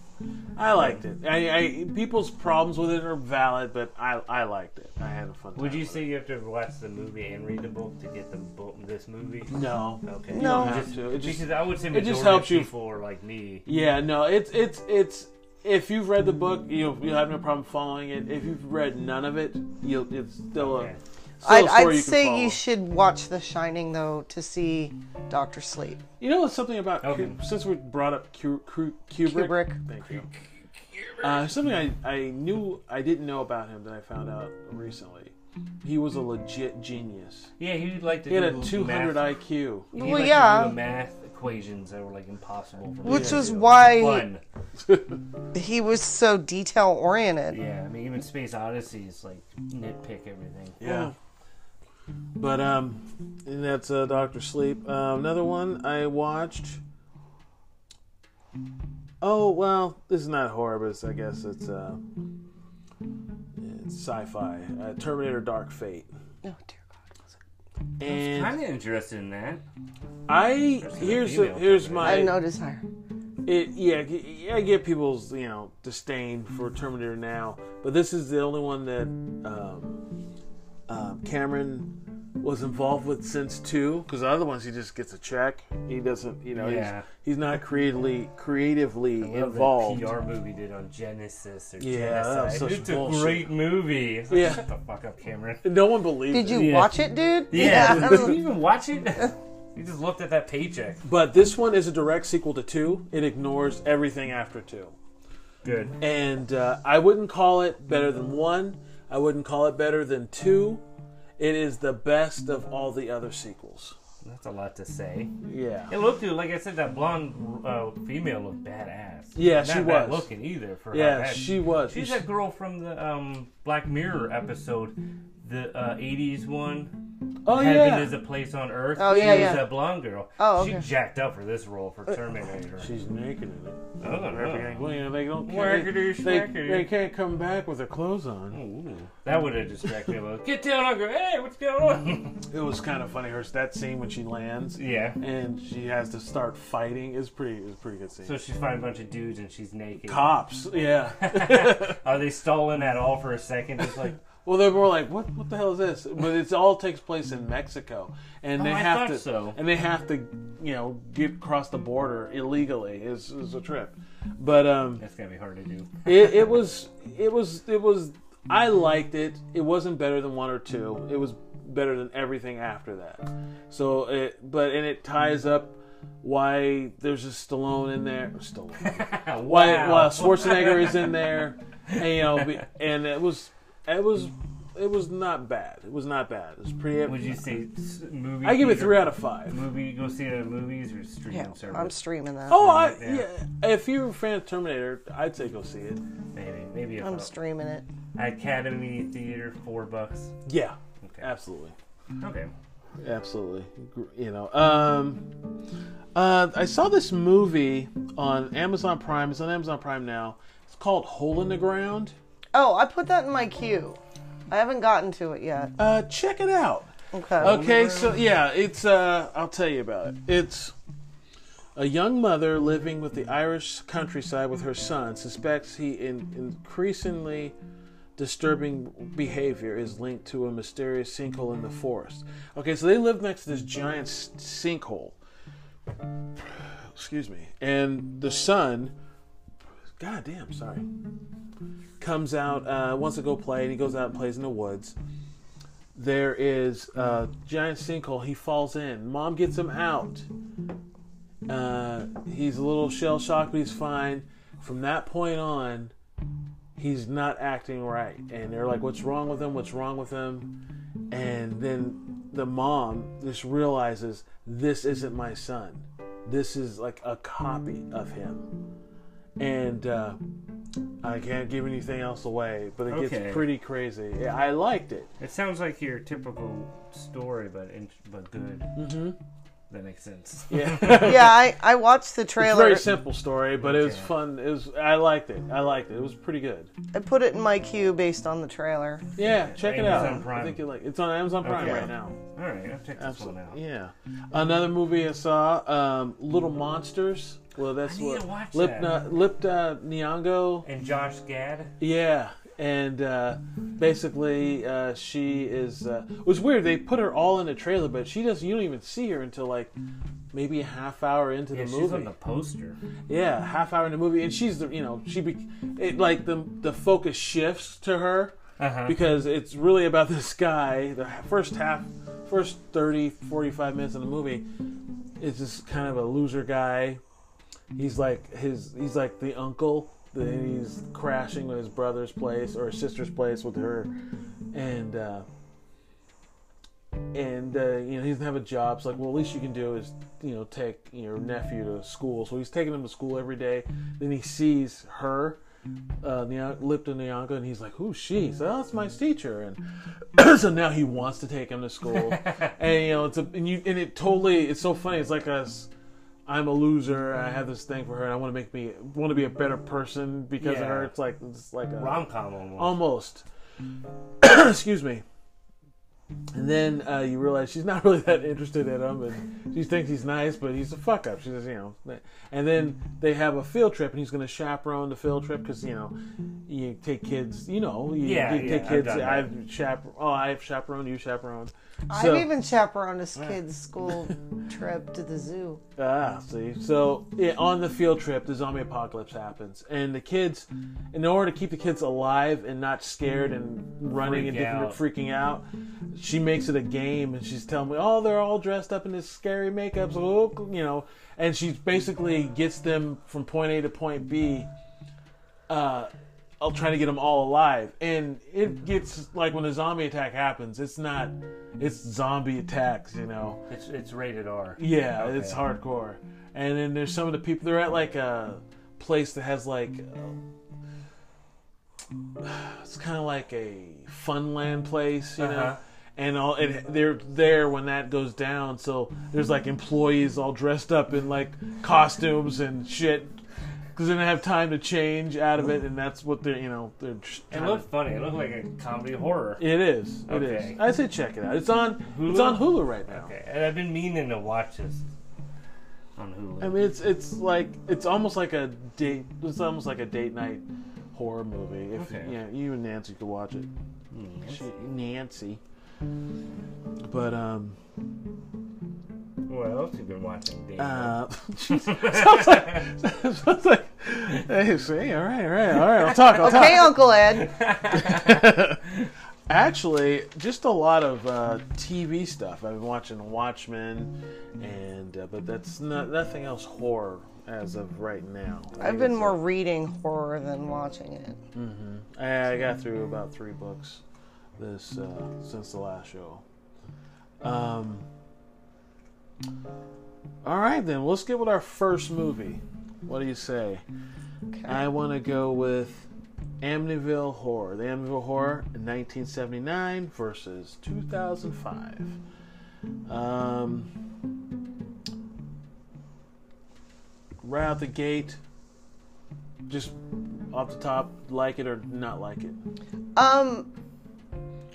I liked it. I, I people's problems with it are valid, but I I liked it. I had a fun. Time
Would you
with
say you have to watch the movie and read the book to get the book, this movie?
it. no?
Okay.
you
No.
don't have
Just,
to. It just
because I would say
it
majority
just
of
helps you-
people are like me.
yeah, no. It's it's it's if you've read the book, you you have no problem following it. If you've read none of it, you it's still
Okay.
a. Still a
I'd,
story
I'd
you can
say
follow.
you should watch The Shining though to see Doctor Sleep.
You know what's something about
Okay.
Ku- since we brought up Ku- Ku- Kubrick.
Kubrick.
Thank you. Uh, something I, I knew I didn't know about him that I found out recently. He was a legit genius.
Yeah, he would like to
He had
do
a 200
math.
IQ.
He
Well,
liked
yeah.
to do math equations that were like impossible. For me
Which
to
was
do.
why-
Fun.
He was so detail oriented.
Yeah, I mean, even Space Odyssey is like nitpick everything.
Yeah. But um, and that's uh, Doctor Sleep. Uh, another one I watched. Oh well, this is not horror, but it's, I guess it's uh, it's sci-fi. Uh, Terminator: Dark Fate.
No, dear God.
And
Kind of interested in that.
I here's the, here's
I have
my
no desire.
it, yeah g- I get people's you know disdain for Terminator now, but this is the only one that um, um, Cameron was involved with since two because the other ones he just gets a check. He doesn't you know
Yeah.
he's, he's not creatively creatively
Love that
involved.
PR movie did on Genesis or
Yeah, that was
Genocide.
such
it's
bullshit.
a great movie. It's like,
Yeah.
Shut the fuck up, Cameron.
No one believes
Did
it.
you
Yeah.
watch it, dude?
Yeah. Did
I don't
you
know.
even watch it? you just looked at that paycheck.
But this one is a direct sequel to two. It ignores everything after two.
Good.
and uh, I wouldn't call it better than one. I wouldn't call it better than two. It is the best of all the other sequels.
That's a lot to say.
Yeah,
It looked, like I said, that blonde uh, female looked badass.
Yeah,
Not
she was.
bad looking either. For how
yeah,
bad-
she was.
She's that girl from the um, Black Mirror episode, the uh, '80s one.
oh
Heaven
yeah,
is a place on earth.
Oh,
she
yeah,
was
yeah.
that blonde girl.
Oh,
she
okay.
jacked up for this role for Terminator. Oh,
she's naked in it.
I don't know.
Well, you know, they don't.
Wackadoo,
they,
schwackadoo.
they can't come back with their clothes on.
Ooh, oh. that would have distracted me a little. Get down, Uncle. Hey, what's going on?
It was kind of funny. Her that scene when she lands
yeah.
and she has to start fighting is pretty is a pretty good scene.
So she finds a bunch of dudes and she's naked.
Cops, yeah.
Are they stalling at all for a second? Just like
Well, they're more like, what? What the hell is this? But it's all takes place in Mexico, and
Oh,
they
I
have
thought
to,
so.
and they have to, you know, get across the border illegally. Is is a trip, but um,
that's gonna be hard to do.
it, it was, it was, it was. I liked it. It wasn't better than one or two. It was better than everything after that. So, it, but and it ties up why there's a Stallone in there. Stallone
wow.
why, why Schwarzenegger is in there, and, you know, be- and it was it was it was not bad. It was not bad. It was pretty.
Would you say s- movie?
I give it
theater-
three out of five.
Movie, go see it at movies or streaming
Yeah,
service.
I'm streaming that.
Oh, I,
Yeah.
yeah. If you're a fan of Terminator, I'd say go see it.
maybe, maybe if
I'm
I'll-
streaming it.
Academy Theater, four bucks.
Yeah,
Okay.
absolutely,
Okay.
absolutely. Gr- You know, um, uh, I saw this movie on Amazon Prime. It's on Amazon Prime now. It's called Hole in the Ground.
Oh, I put that in my queue. I haven't gotten to it yet.
Uh, check it out.
Okay.
Okay, so yeah, it's uh I'll tell you about it. It's a young mother living with the Irish countryside with her son suspects he in increasingly disturbing behavior is linked to a mysterious sinkhole in the forest. Okay, so they live next to this giant s- sinkhole. Excuse me. And the son God damn, sorry. Comes out, uh, wants to go play, and he goes out and plays in the woods there is a giant sinkhole. He falls in. Mom gets him out. Uh, he's a little shell shocked, but he's fine. From that point on, he's not acting right. And they're like, What's wrong with him? What's wrong with him? And then the mom just realizes, This isn't my son. This is like a copy of him. And uh, I can't give anything else away, but it
Okay.
gets pretty crazy. Yeah, I liked it.
It sounds like your typical story, but in, but good. Mm-hmm. That makes sense.
Yeah.
yeah, I, I watched the
It's a
trailer.
very simple story, but it was fun. It was I liked it. I liked it. It was pretty good.
I put it in my queue based on the trailer.
Yeah, check it
Amazon
out. I
Prime.
think you like it's on Amazon Prime
Okay.
right now.
All right, I'll check this one out.
Absolutely. Yeah. Another movie I saw, um, Little Monsters. Well, that's
I need
what
to watch
Lipna Lipta uh, Nyong'o.
And Josh Gad.
Yeah, and uh, basically uh, she is. Uh, it was weird. They put her all in the trailer, but she doesn't. You don't even see her until like maybe a half hour into
Yeah,
the
she's
movie.
on the poster.
Yeah, half hour in the movie, and she's the you know she be it like the the focus shifts to her
Uh-huh.
because it's really about this guy. The first half, first 30, 45 minutes of the movie, is just kind of a loser guy. He's like his he's like the uncle. Then he's crashing at his brother's place or his sister's place with her, and. uh and uh, you know he doesn't have a job. So like, well, at least you can do is you know take your nephew to school. So he's taking him to school every day. Then he sees her, uh, Nya- Lipton Nyong'o, and he's like, "Who's she?" So oh, that's my teacher. And so now he wants to take him to school. and you know it's a and you and it totally it's so funny. It's like us. I'm a loser. I have this thing for her, and I want to make me want to be a better person because
Yeah.
of her. It's like it's like a
Rom com almost.
Um, almost.
Mm.
Excuse me. And then uh, you realize she's not really that interested in him, and she thinks he's nice, but he's a fuck up. She says, you know. And then they have a field trip, and he's going to chaperone the field trip because you know, you take kids. You know, you,
Yeah,
you
yeah,
take
I've
kids.
done that.
I've, chaper- Oh, I've chaperoned. You chaperoned.
I've even chaperoned his kid's school trip to the zoo.
Ah, see. So yeah, on the field trip, the zombie apocalypse happens, and the kids, in order to keep the kids alive and not scared and running and
Freak
different,
out.
freaking out, she makes it a game, and she's telling me, "Oh, they're all dressed up in this scary makeup, so look, you know." And she basically gets them from point A to point B, uh, I'll try to get them all alive. And it gets like when a zombie attack happens, it's not, it's zombie attacks, you know.
It's, it's rated R.
Yeah,
Okay.
it's hardcore. And then there's some of the people. They're at like a place that has like uh, it's kind of like a Funland place, you
Uh-huh.
know. And all and they're there when that goes down. So there's like employees all dressed up in like costumes and shit. Because they didn't have time to change out of it, and that's what they're, you know, they're. just
It
trying to-
looked funny. It looked like a comedy horror.
It is. It is.
Okay.
I say check it out. It's on. It's
Hulu?
on Hulu right now.
Okay, and I've been meaning to watch this on Hulu.
I mean, it's it's like it's almost like a date. It's almost like a date night horror movie. If
Okay.
yeah, you and Nancy could watch it. She- Nancy. But um,
what else have you been watching, Dave?
uh, sounds like sounds like. Hey, see, all right, all right, all right. I'll talk. I'll
Okay,
talk.
Uncle Ed.
Actually, just a lot of uh, TV stuff. I've been watching Watchmen, and uh, but that's not nothing else horror as of right now. I
I've been
guess
more reading horror than watching it.
I I got through about three books. this uh, since the last show. Um, all right, then let's get with our first movie. What do you say? I want to go with Amityville Horror. The Amityville Horror, 1979 versus 2005. Um, right out the gate, just off the top, like it or not like it.
Um,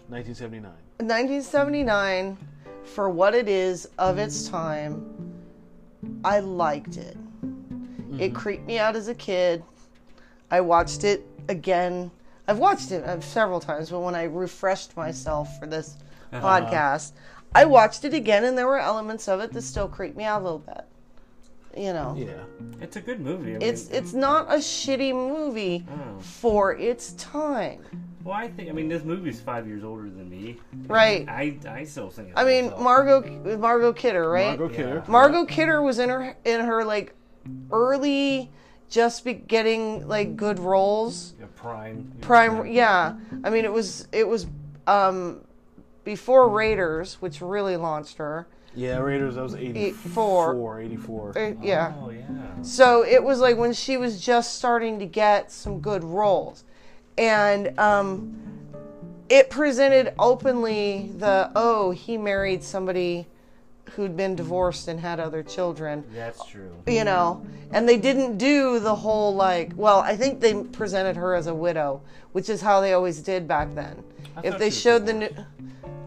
1979.
1979, for what it is of its time, I liked it. It creeped me out as a kid. I watched it again. I've watched it uh, several times, but when I refreshed myself for this podcast, I watched it again, and there were elements of it that still creeped me out a little bit. You know,
Yeah.
It's a good movie. I mean,
it's it's not a shitty movie for its time,
well, I think I mean this movie's five years older than me.
right?
I I still think.
I mean, Margot Margot Kidder, right?
Margot Kidder.
Margot Kidder was in her in her like early, just be getting like good roles.
a prime.
Prime, yeah. I mean, it was it was um, before Raiders, which really launched her.
Yeah, Raiders, that was 84.
84.
84.
Uh, yeah.
Oh yeah.
So it was like when she was just starting to get some good roles. And um, it presented openly the, oh, he married somebody who'd been divorced and had other children.
That's true.
you know and they didn't do the whole like well i think they presented her as a widow which is how they always did back then if
thought
they
she was
showed the new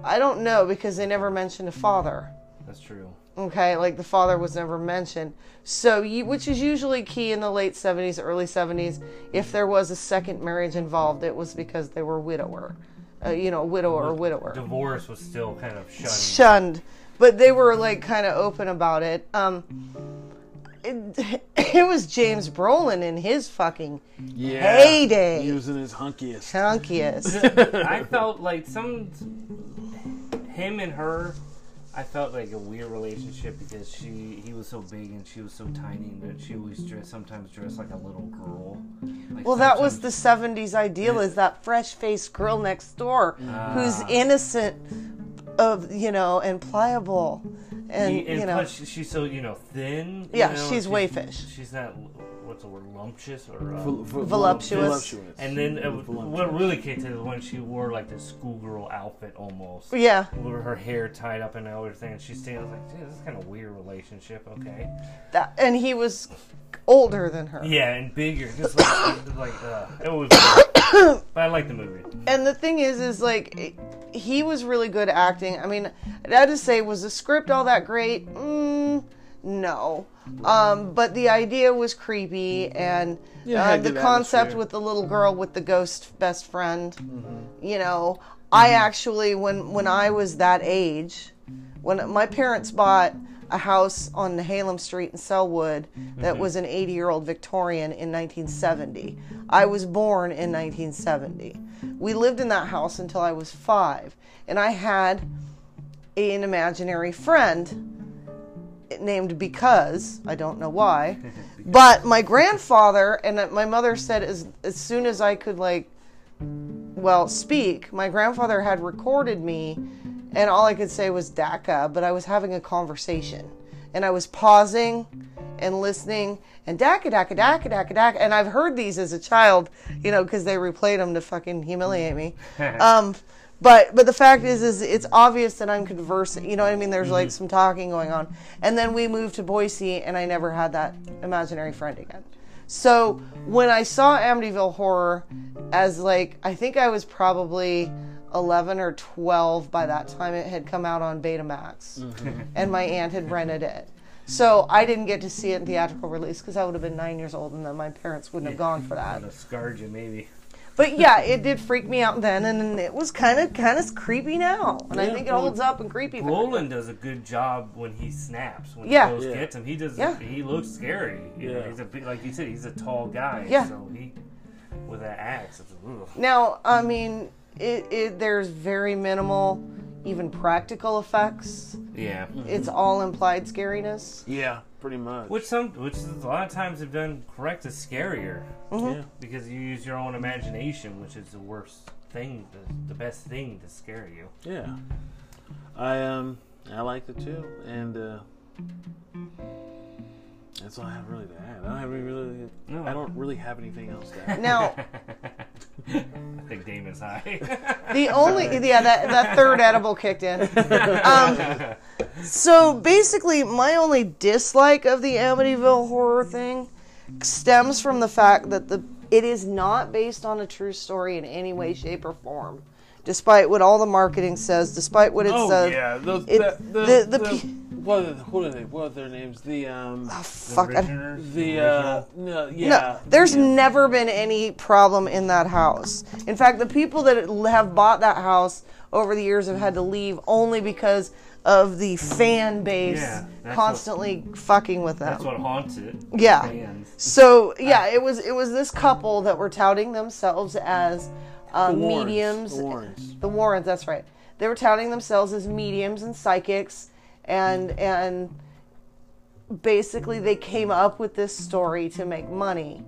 i don't know because they never mentioned a father
That's true.
okay like the father was never mentioned so you, which is usually key in the late 70s early 70s if there was a second marriage involved it was because they were widower uh, you know widower or widower
Divorce was still kind of shunned.
shunned, but they were like kind of open about it. Um, it, it was James Brolin in his fucking
Yeah.
heyday,
He was in his hunkiest.
hunkiest.
I felt like some him and her. I felt like a weird relationship because she he was so big and she was so tiny and that she always dressed sometimes dressed like a little girl. Like
Well, that was the
sometimes-
'70s ideal: is that fresh-faced girl next door
Ah.
who's innocent of you know and pliable, and,
and
you know
plus she- she's so you know thin. you
Yeah,
know,
she's wayfish.
She's not what's the word lumptious or. Uh,
Vol- vol-
Voluptuous.
voluptuous.
and then uh,
Voluptuous.
what really kicked it is when she wore like the schoolgirl outfit almost.
yeah.
With her hair tied up and everything, and she's standing like, "Dude, this is kind of weird relationship." Okay.
That, and he was older than her.
Yeah, and bigger, just like, like uh, it was. but I like the movie.
and the thing is is like it- he was really good acting i mean i had to say was the script all that great mm, no um, but the idea was creepy and
Yeah, it
uh,
had
the
good
concept
atmosphere.
with the little girl with the ghost best friend
Mm-hmm.
you know i actually when when i was that age when my parents bought a house on Halem Street in Selwood that was an 80 year old Victorian in 1970. I was born in 1970. We lived in that house until I was five, and I had an imaginary friend named Because. I don't know why. But my grandfather and my mother said as, as soon as I could, like, well, speak, my grandfather had recorded me, and all I could say was DACA, but I was having a conversation. And I was pausing and listening, and DACA, DACA, DACA, DACA, DACA. And I've heard these as a child, you know, because they replayed them to fucking humiliate me. um, but but the fact is, is it's obvious that I'm conversing. You know what I mean? There's like some talking going on. And then we moved to Boise, and I never had that imaginary friend again. So when I saw Amityville Horror as like I think I was probably 11 or 12 by that time it had come out on Betamax
Mm-hmm.
and my aunt had rented it. So I didn't get to see it in theatrical release because I would have been nine years old and then my parents wouldn't have gone for that.
Kind of scarred you, maybe.
But yeah, it did freak me out then and it was kind of kind of creepy now. And I
Yeah,
think it
well,
holds up and creepy. back
Roland does a good job when he snaps. When
Yeah.
the ghost
Yeah.
gets him, he does.
Yeah.
He looks scary. You know,
Yeah.
he's a big, like you said, he's a tall guy.
Yeah.
So he with that axe, it's ugh.
Now, I mean, it, it, there's very minimal, even practical effects.
yeah.
It's all implied scariness.
yeah, pretty much.
Which some, which is a lot of times have done correct is scarier
yeah.
Mm-hmm.
because you use your own imagination, which is the worst thing, the, the best thing to scare you.
Yeah, I um, I liked it too, and uh, that's all I have really to add. I don't have any really,
No.
I don't really have anything else to add.
Now,
I think Damon's high.
the only yeah that that third edible kicked in. Um, so basically, my only dislike of the Amityville horror thing stems from the fact that the it is not based on a true story in any way, shape, or form. Despite what all the marketing says, despite what it
oh
says,
yeah, those,
it-
the, the,
the- the
the-
pe-
what are, the- what are they? What are their names? The um,
oh, fuck, I-
the uh, no, yeah,
No, there's never been any problem in that house. In fact, the people that have bought that house over the years have had to leave only because of the fan base
Yeah, that's
constantly fucking with
That's
them.
what haunts it.
Yeah.
Fans.
So yeah, it was it was this couple that were touting themselves as uh,
the Warrens,
mediums.
the Warrens.
The Warrens, that's right. They were touting themselves as mediums and psychics, and and basically they came up with this story to make money,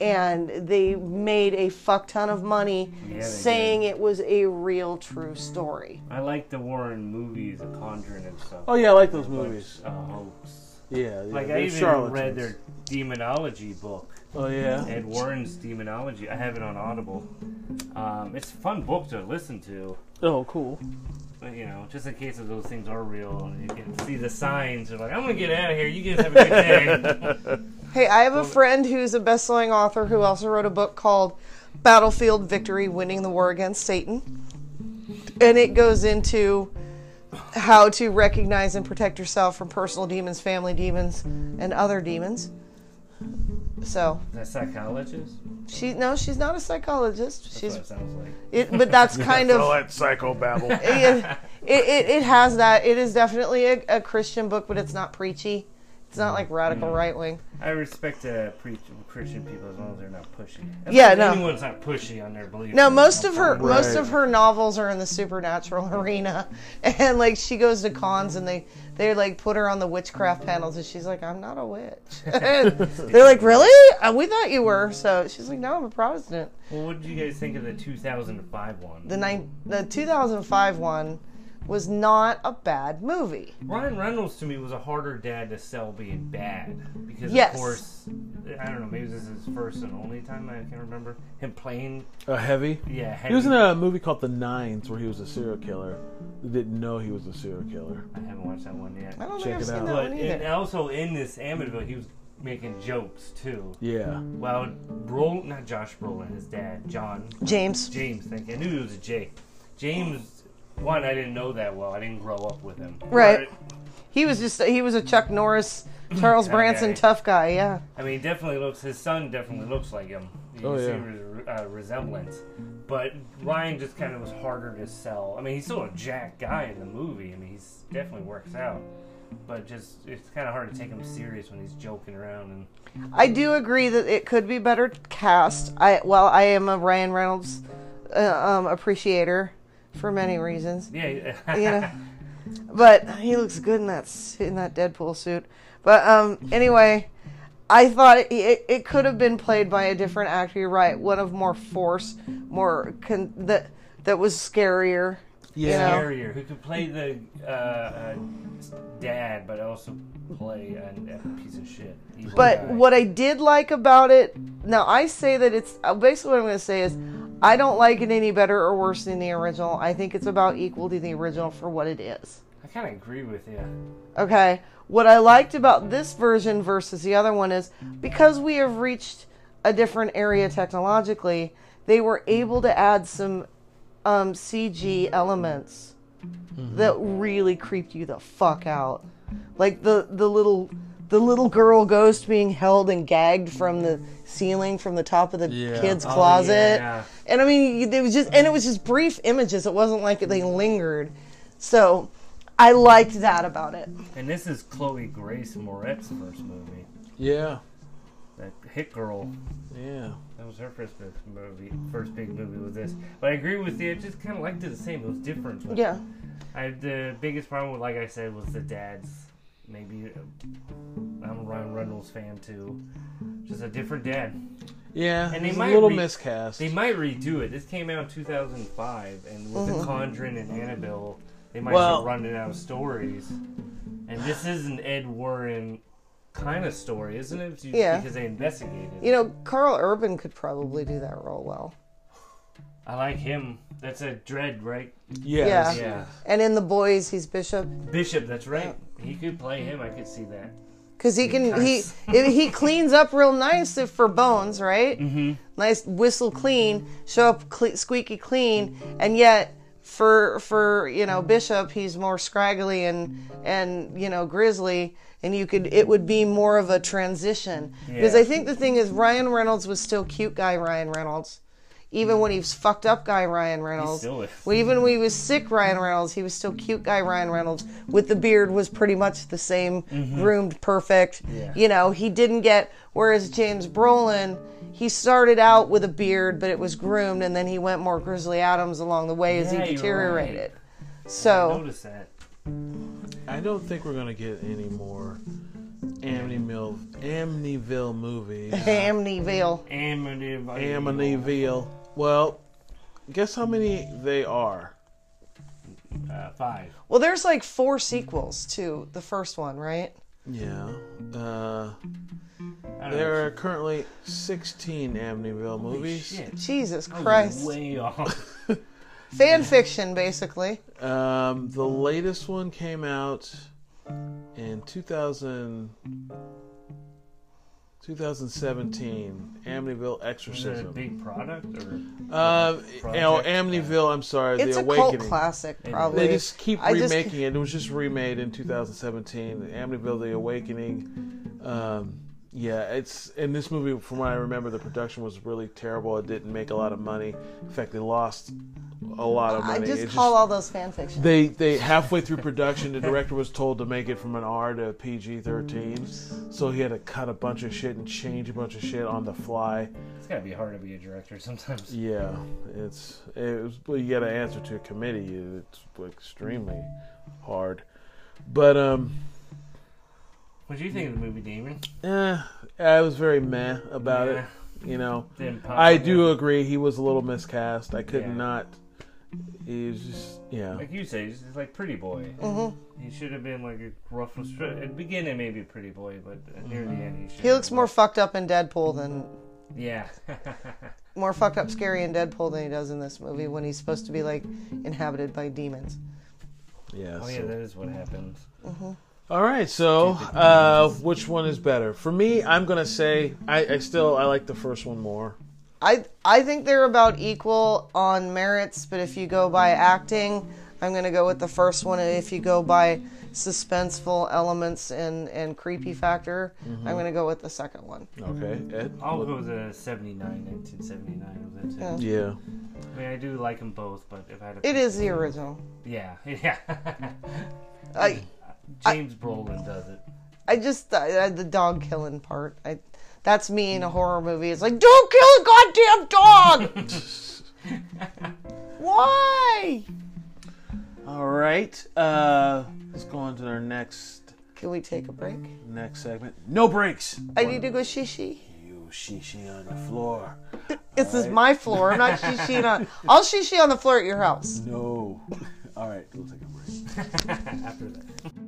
and they made a fuck ton of money
Yeah, they
saying it was a real true story.
I like the Warren movies, The Conjuring and stuff.
Oh yeah, I like those movies.
Uh, hoax.
Yeah, yeah
Like
they're
I even
charlatans.
read their demonology book,
Oh yeah,
Ed Warren's Demonology. I have it on Audible. Um, it's a fun book to listen to.
oh cool.
But, you know, just in case if those things are real, and you can see the signs. You're like, I'm gonna get out of here. You guys have a good day.
Hey, I have a friend who's a best-selling author who also wrote a book called Battlefield Victory: Winning the War Against Satan. And it goes into how to recognize and protect yourself from personal demons, family demons, and other demons. So,
that psychologist.
she no, she's not a psychologist.
That's
She's
what it sounds like.
it, but that's kind of
that psychobabble.
it, it, it, it has that. It is definitely a, a Christian book, but it's not preachy. It's not like radical right wing.
I respect uh, pre- Christian people as long as they're not pushy. As
Yeah,
long as
no.
Anyone's not pushy on their beliefs.
No,
I'm-
most
I'm
of her
fine.
most
Right.
of her novels are in the supernatural arena, and like she goes to cons and they they like put her on the witchcraft panels and she's like, I'm not a witch. And they're like, really? Uh, we thought you were. So she's like, No, I'm a Protestant.
Well, what did you guys think of the 2005 one?
The nine the 2005 one was not a bad movie.
Ryan Reynolds to me was a harder dad to sell being bad because
Yes.
of course I don't know maybe this is his first and only time I can't remember him playing
A Uh, heavy.
yeah
He was in
heavy-
a movie called The Nines where he was a serial killer. They didn't know he was a serial killer.
I haven't watched that one yet
I don't
Check
think I've
it
seen
out.
that
but
one
and
either.
also in this Amityville he was making jokes too
Yeah.
while Brol not Josh Brolin his dad John
James.
James thank you I knew it was a J James one I didn't know that well I didn't grow up with him
Right. He was just he was a Chuck Norris, Charles
That
Branson
guy.
tough guy. Yeah.
I mean, he definitely looks. His son definitely looks like him. You
Oh,
can
yeah.
see re- uh, resemblance. But Ryan just kind of was harder to sell. I mean, he's still a jack guy in the movie. I mean, he's definitely works out. But just it's kind of hard to take him serious when he's joking around. And
I do agree that it could be better cast. I well, I am a Ryan Reynolds uh, um, appreciator for many reasons,
yeah,
you know. but he looks good in that s- in that Deadpool suit. But um, anyway, I thought it, it, it could have been played by a different actor. You're right, one of more force, more con- that that was scarier.
Yeah.
you know?
Carrier, who could play the uh, uh, dad, but also play a, a piece of shit. evil
But
guy.
what I did like about it, now I say that it's uh, basically what I'm going to say is I don't like it any better or worse than the original. I think it's about equal to the original for what it is.
I kind of agree with you.
Okay. What I liked about this version versus the other one is because we have reached a different area technologically, they were able to add some um, CG elements
Mm-hmm.
that really creeped you the fuck out. Like the the little the little girl ghost being held and gagged from the ceiling from the top of the
Yeah.
kid's
Oh,
closet.
yeah.
And I mean, it was just and it was just brief images. It wasn't like they lingered. So, I liked that about it.
And this is Chloe Grace Moretz's first movie.
Yeah.
That hit girl
Yeah.
That was her first big movie. First big movie was this, but I agree with you. I just kind of liked it the same. It was different.
Yeah.
I the biggest problem with, like I said, was the dad's Maybe uh, I'm a Ryan Reynolds fan too. Just a different dad.
Yeah,
And
and
they
a
might
little
re-
miscast.
They might redo it. This came out in 2005, and with
Mm-hmm.
The Conjuring and Annabelle, they might
Well-
start running out of stories. And this is an Ed Warren kind of story, isn't it? You-
Yeah.
Because they investigated.
You know, Carl Urban could probably do that role well.
I like him. That's a dread, right?
yes.
Yeah.
Yeah.
And in The Boys, he's Bishop
Bishop, that's right. He could play him. I could see that.
because he can he
Nice.
if he cleans up real nice if for bones, right? Mm-hmm. Nice whistle clean, show up cle squeaky clean, and yet for for you know Bishop, he's more scraggly and and you know grizzly, and you could it would be more of a transition because
Yeah.
I think the thing is Ryan Reynolds was still cute guy Ryan Reynolds. Even when he was fucked up guy Ryan Reynolds,
still is.
Well, even when he was sick Ryan Reynolds, he was still cute guy Ryan Reynolds with the beard was pretty much the same, groomed perfect.
Yeah.
You know, he didn't get whereas James Brolin, he started out with a beard, but it was groomed and then he went more Grizzly Adams along the way as
Yeah,
he
you're
deteriorated.
I
So,
noticed that.
I don't think we're gonna get any more Amityville Amityville movies.
Amityville.
Amityville.
Amityville. Well, guess how many they are?
Uh, five.
Well, there's like four sequels to the first one, right?
Yeah. Uh,
I don't
there
know.
are currently 16 Amityville movies.
Shit.
Jesus
I was
Christ.
Way off.
Fan fiction, basically.
Um, the latest one came out in 2000, 2017. Amityville
Is it a
Exorcism.
big product or?
Uh, you know,
project?
Amityville. I'm sorry,
it's
The
a
Awakening.
cult classic, probably.
They just keep
I just-
remaking it. It was just remade in 2017. Amityville: The Awakening. Um, yeah, it's in this movie. From what I remember, the production was really terrible. It didn't make a lot of money. In fact, they lost a lot of
I
money.
just
It
call all those fan fiction.
they they halfway through production, the director was told to make it from an R to PG thirteen, so he had to cut a bunch of shit and change a bunch of shit on the fly.
It's gotta be hard to be a director sometimes.
Yeah, it's it was, well, you got to answer to a committee. It's extremely hard, but um,
What do you think of the movie, Damon?
eh, I was very meh about
Yeah.
it. You know,
Didn't pop
I
in.
do agree he was a little miscast. I could
Yeah.
not. He was just yeah.
Like you say, he's he's like Pretty Boy.
Mm-hmm.
He should have been like a rough. At the beginning, maybe Pretty Boy, but near the end, he should.
He looks more fucked up in Deadpool than
Yeah.
more fucked up, scary in Deadpool than he does in this movie when he's supposed to be like inhabited by demons.
Yeah.
oh
so-
yeah, that is what happens.
All right, so uh, which one is better? For me, I'm gonna say I, I still I like the first one more.
I I think they're about equal on merits, but if you go by acting, I'm gonna go with the first one. If you go by suspenseful elements and and creepy factor, I'm gonna go with the second one.
Okay, Ed.
I'll go with the 79, 1979 of the two.
Yeah.
Yeah,
I mean, I do like them both, but if I had to,
It is the original.
yeah, yeah.
I
James Brolin does it.
I just uh, the dog killing part. I that's me in a horror movie. It's like don't kill a goddamn dog. Why?
All right. Uh, let's go on to our next
Can we take a break?
next segment. No breaks.
I need to go shishi.
You shishi on the floor.
This is my floor. I'm not shishi on. I'll shishi on the floor at your house.
No. All right, we'll take a break.
After that,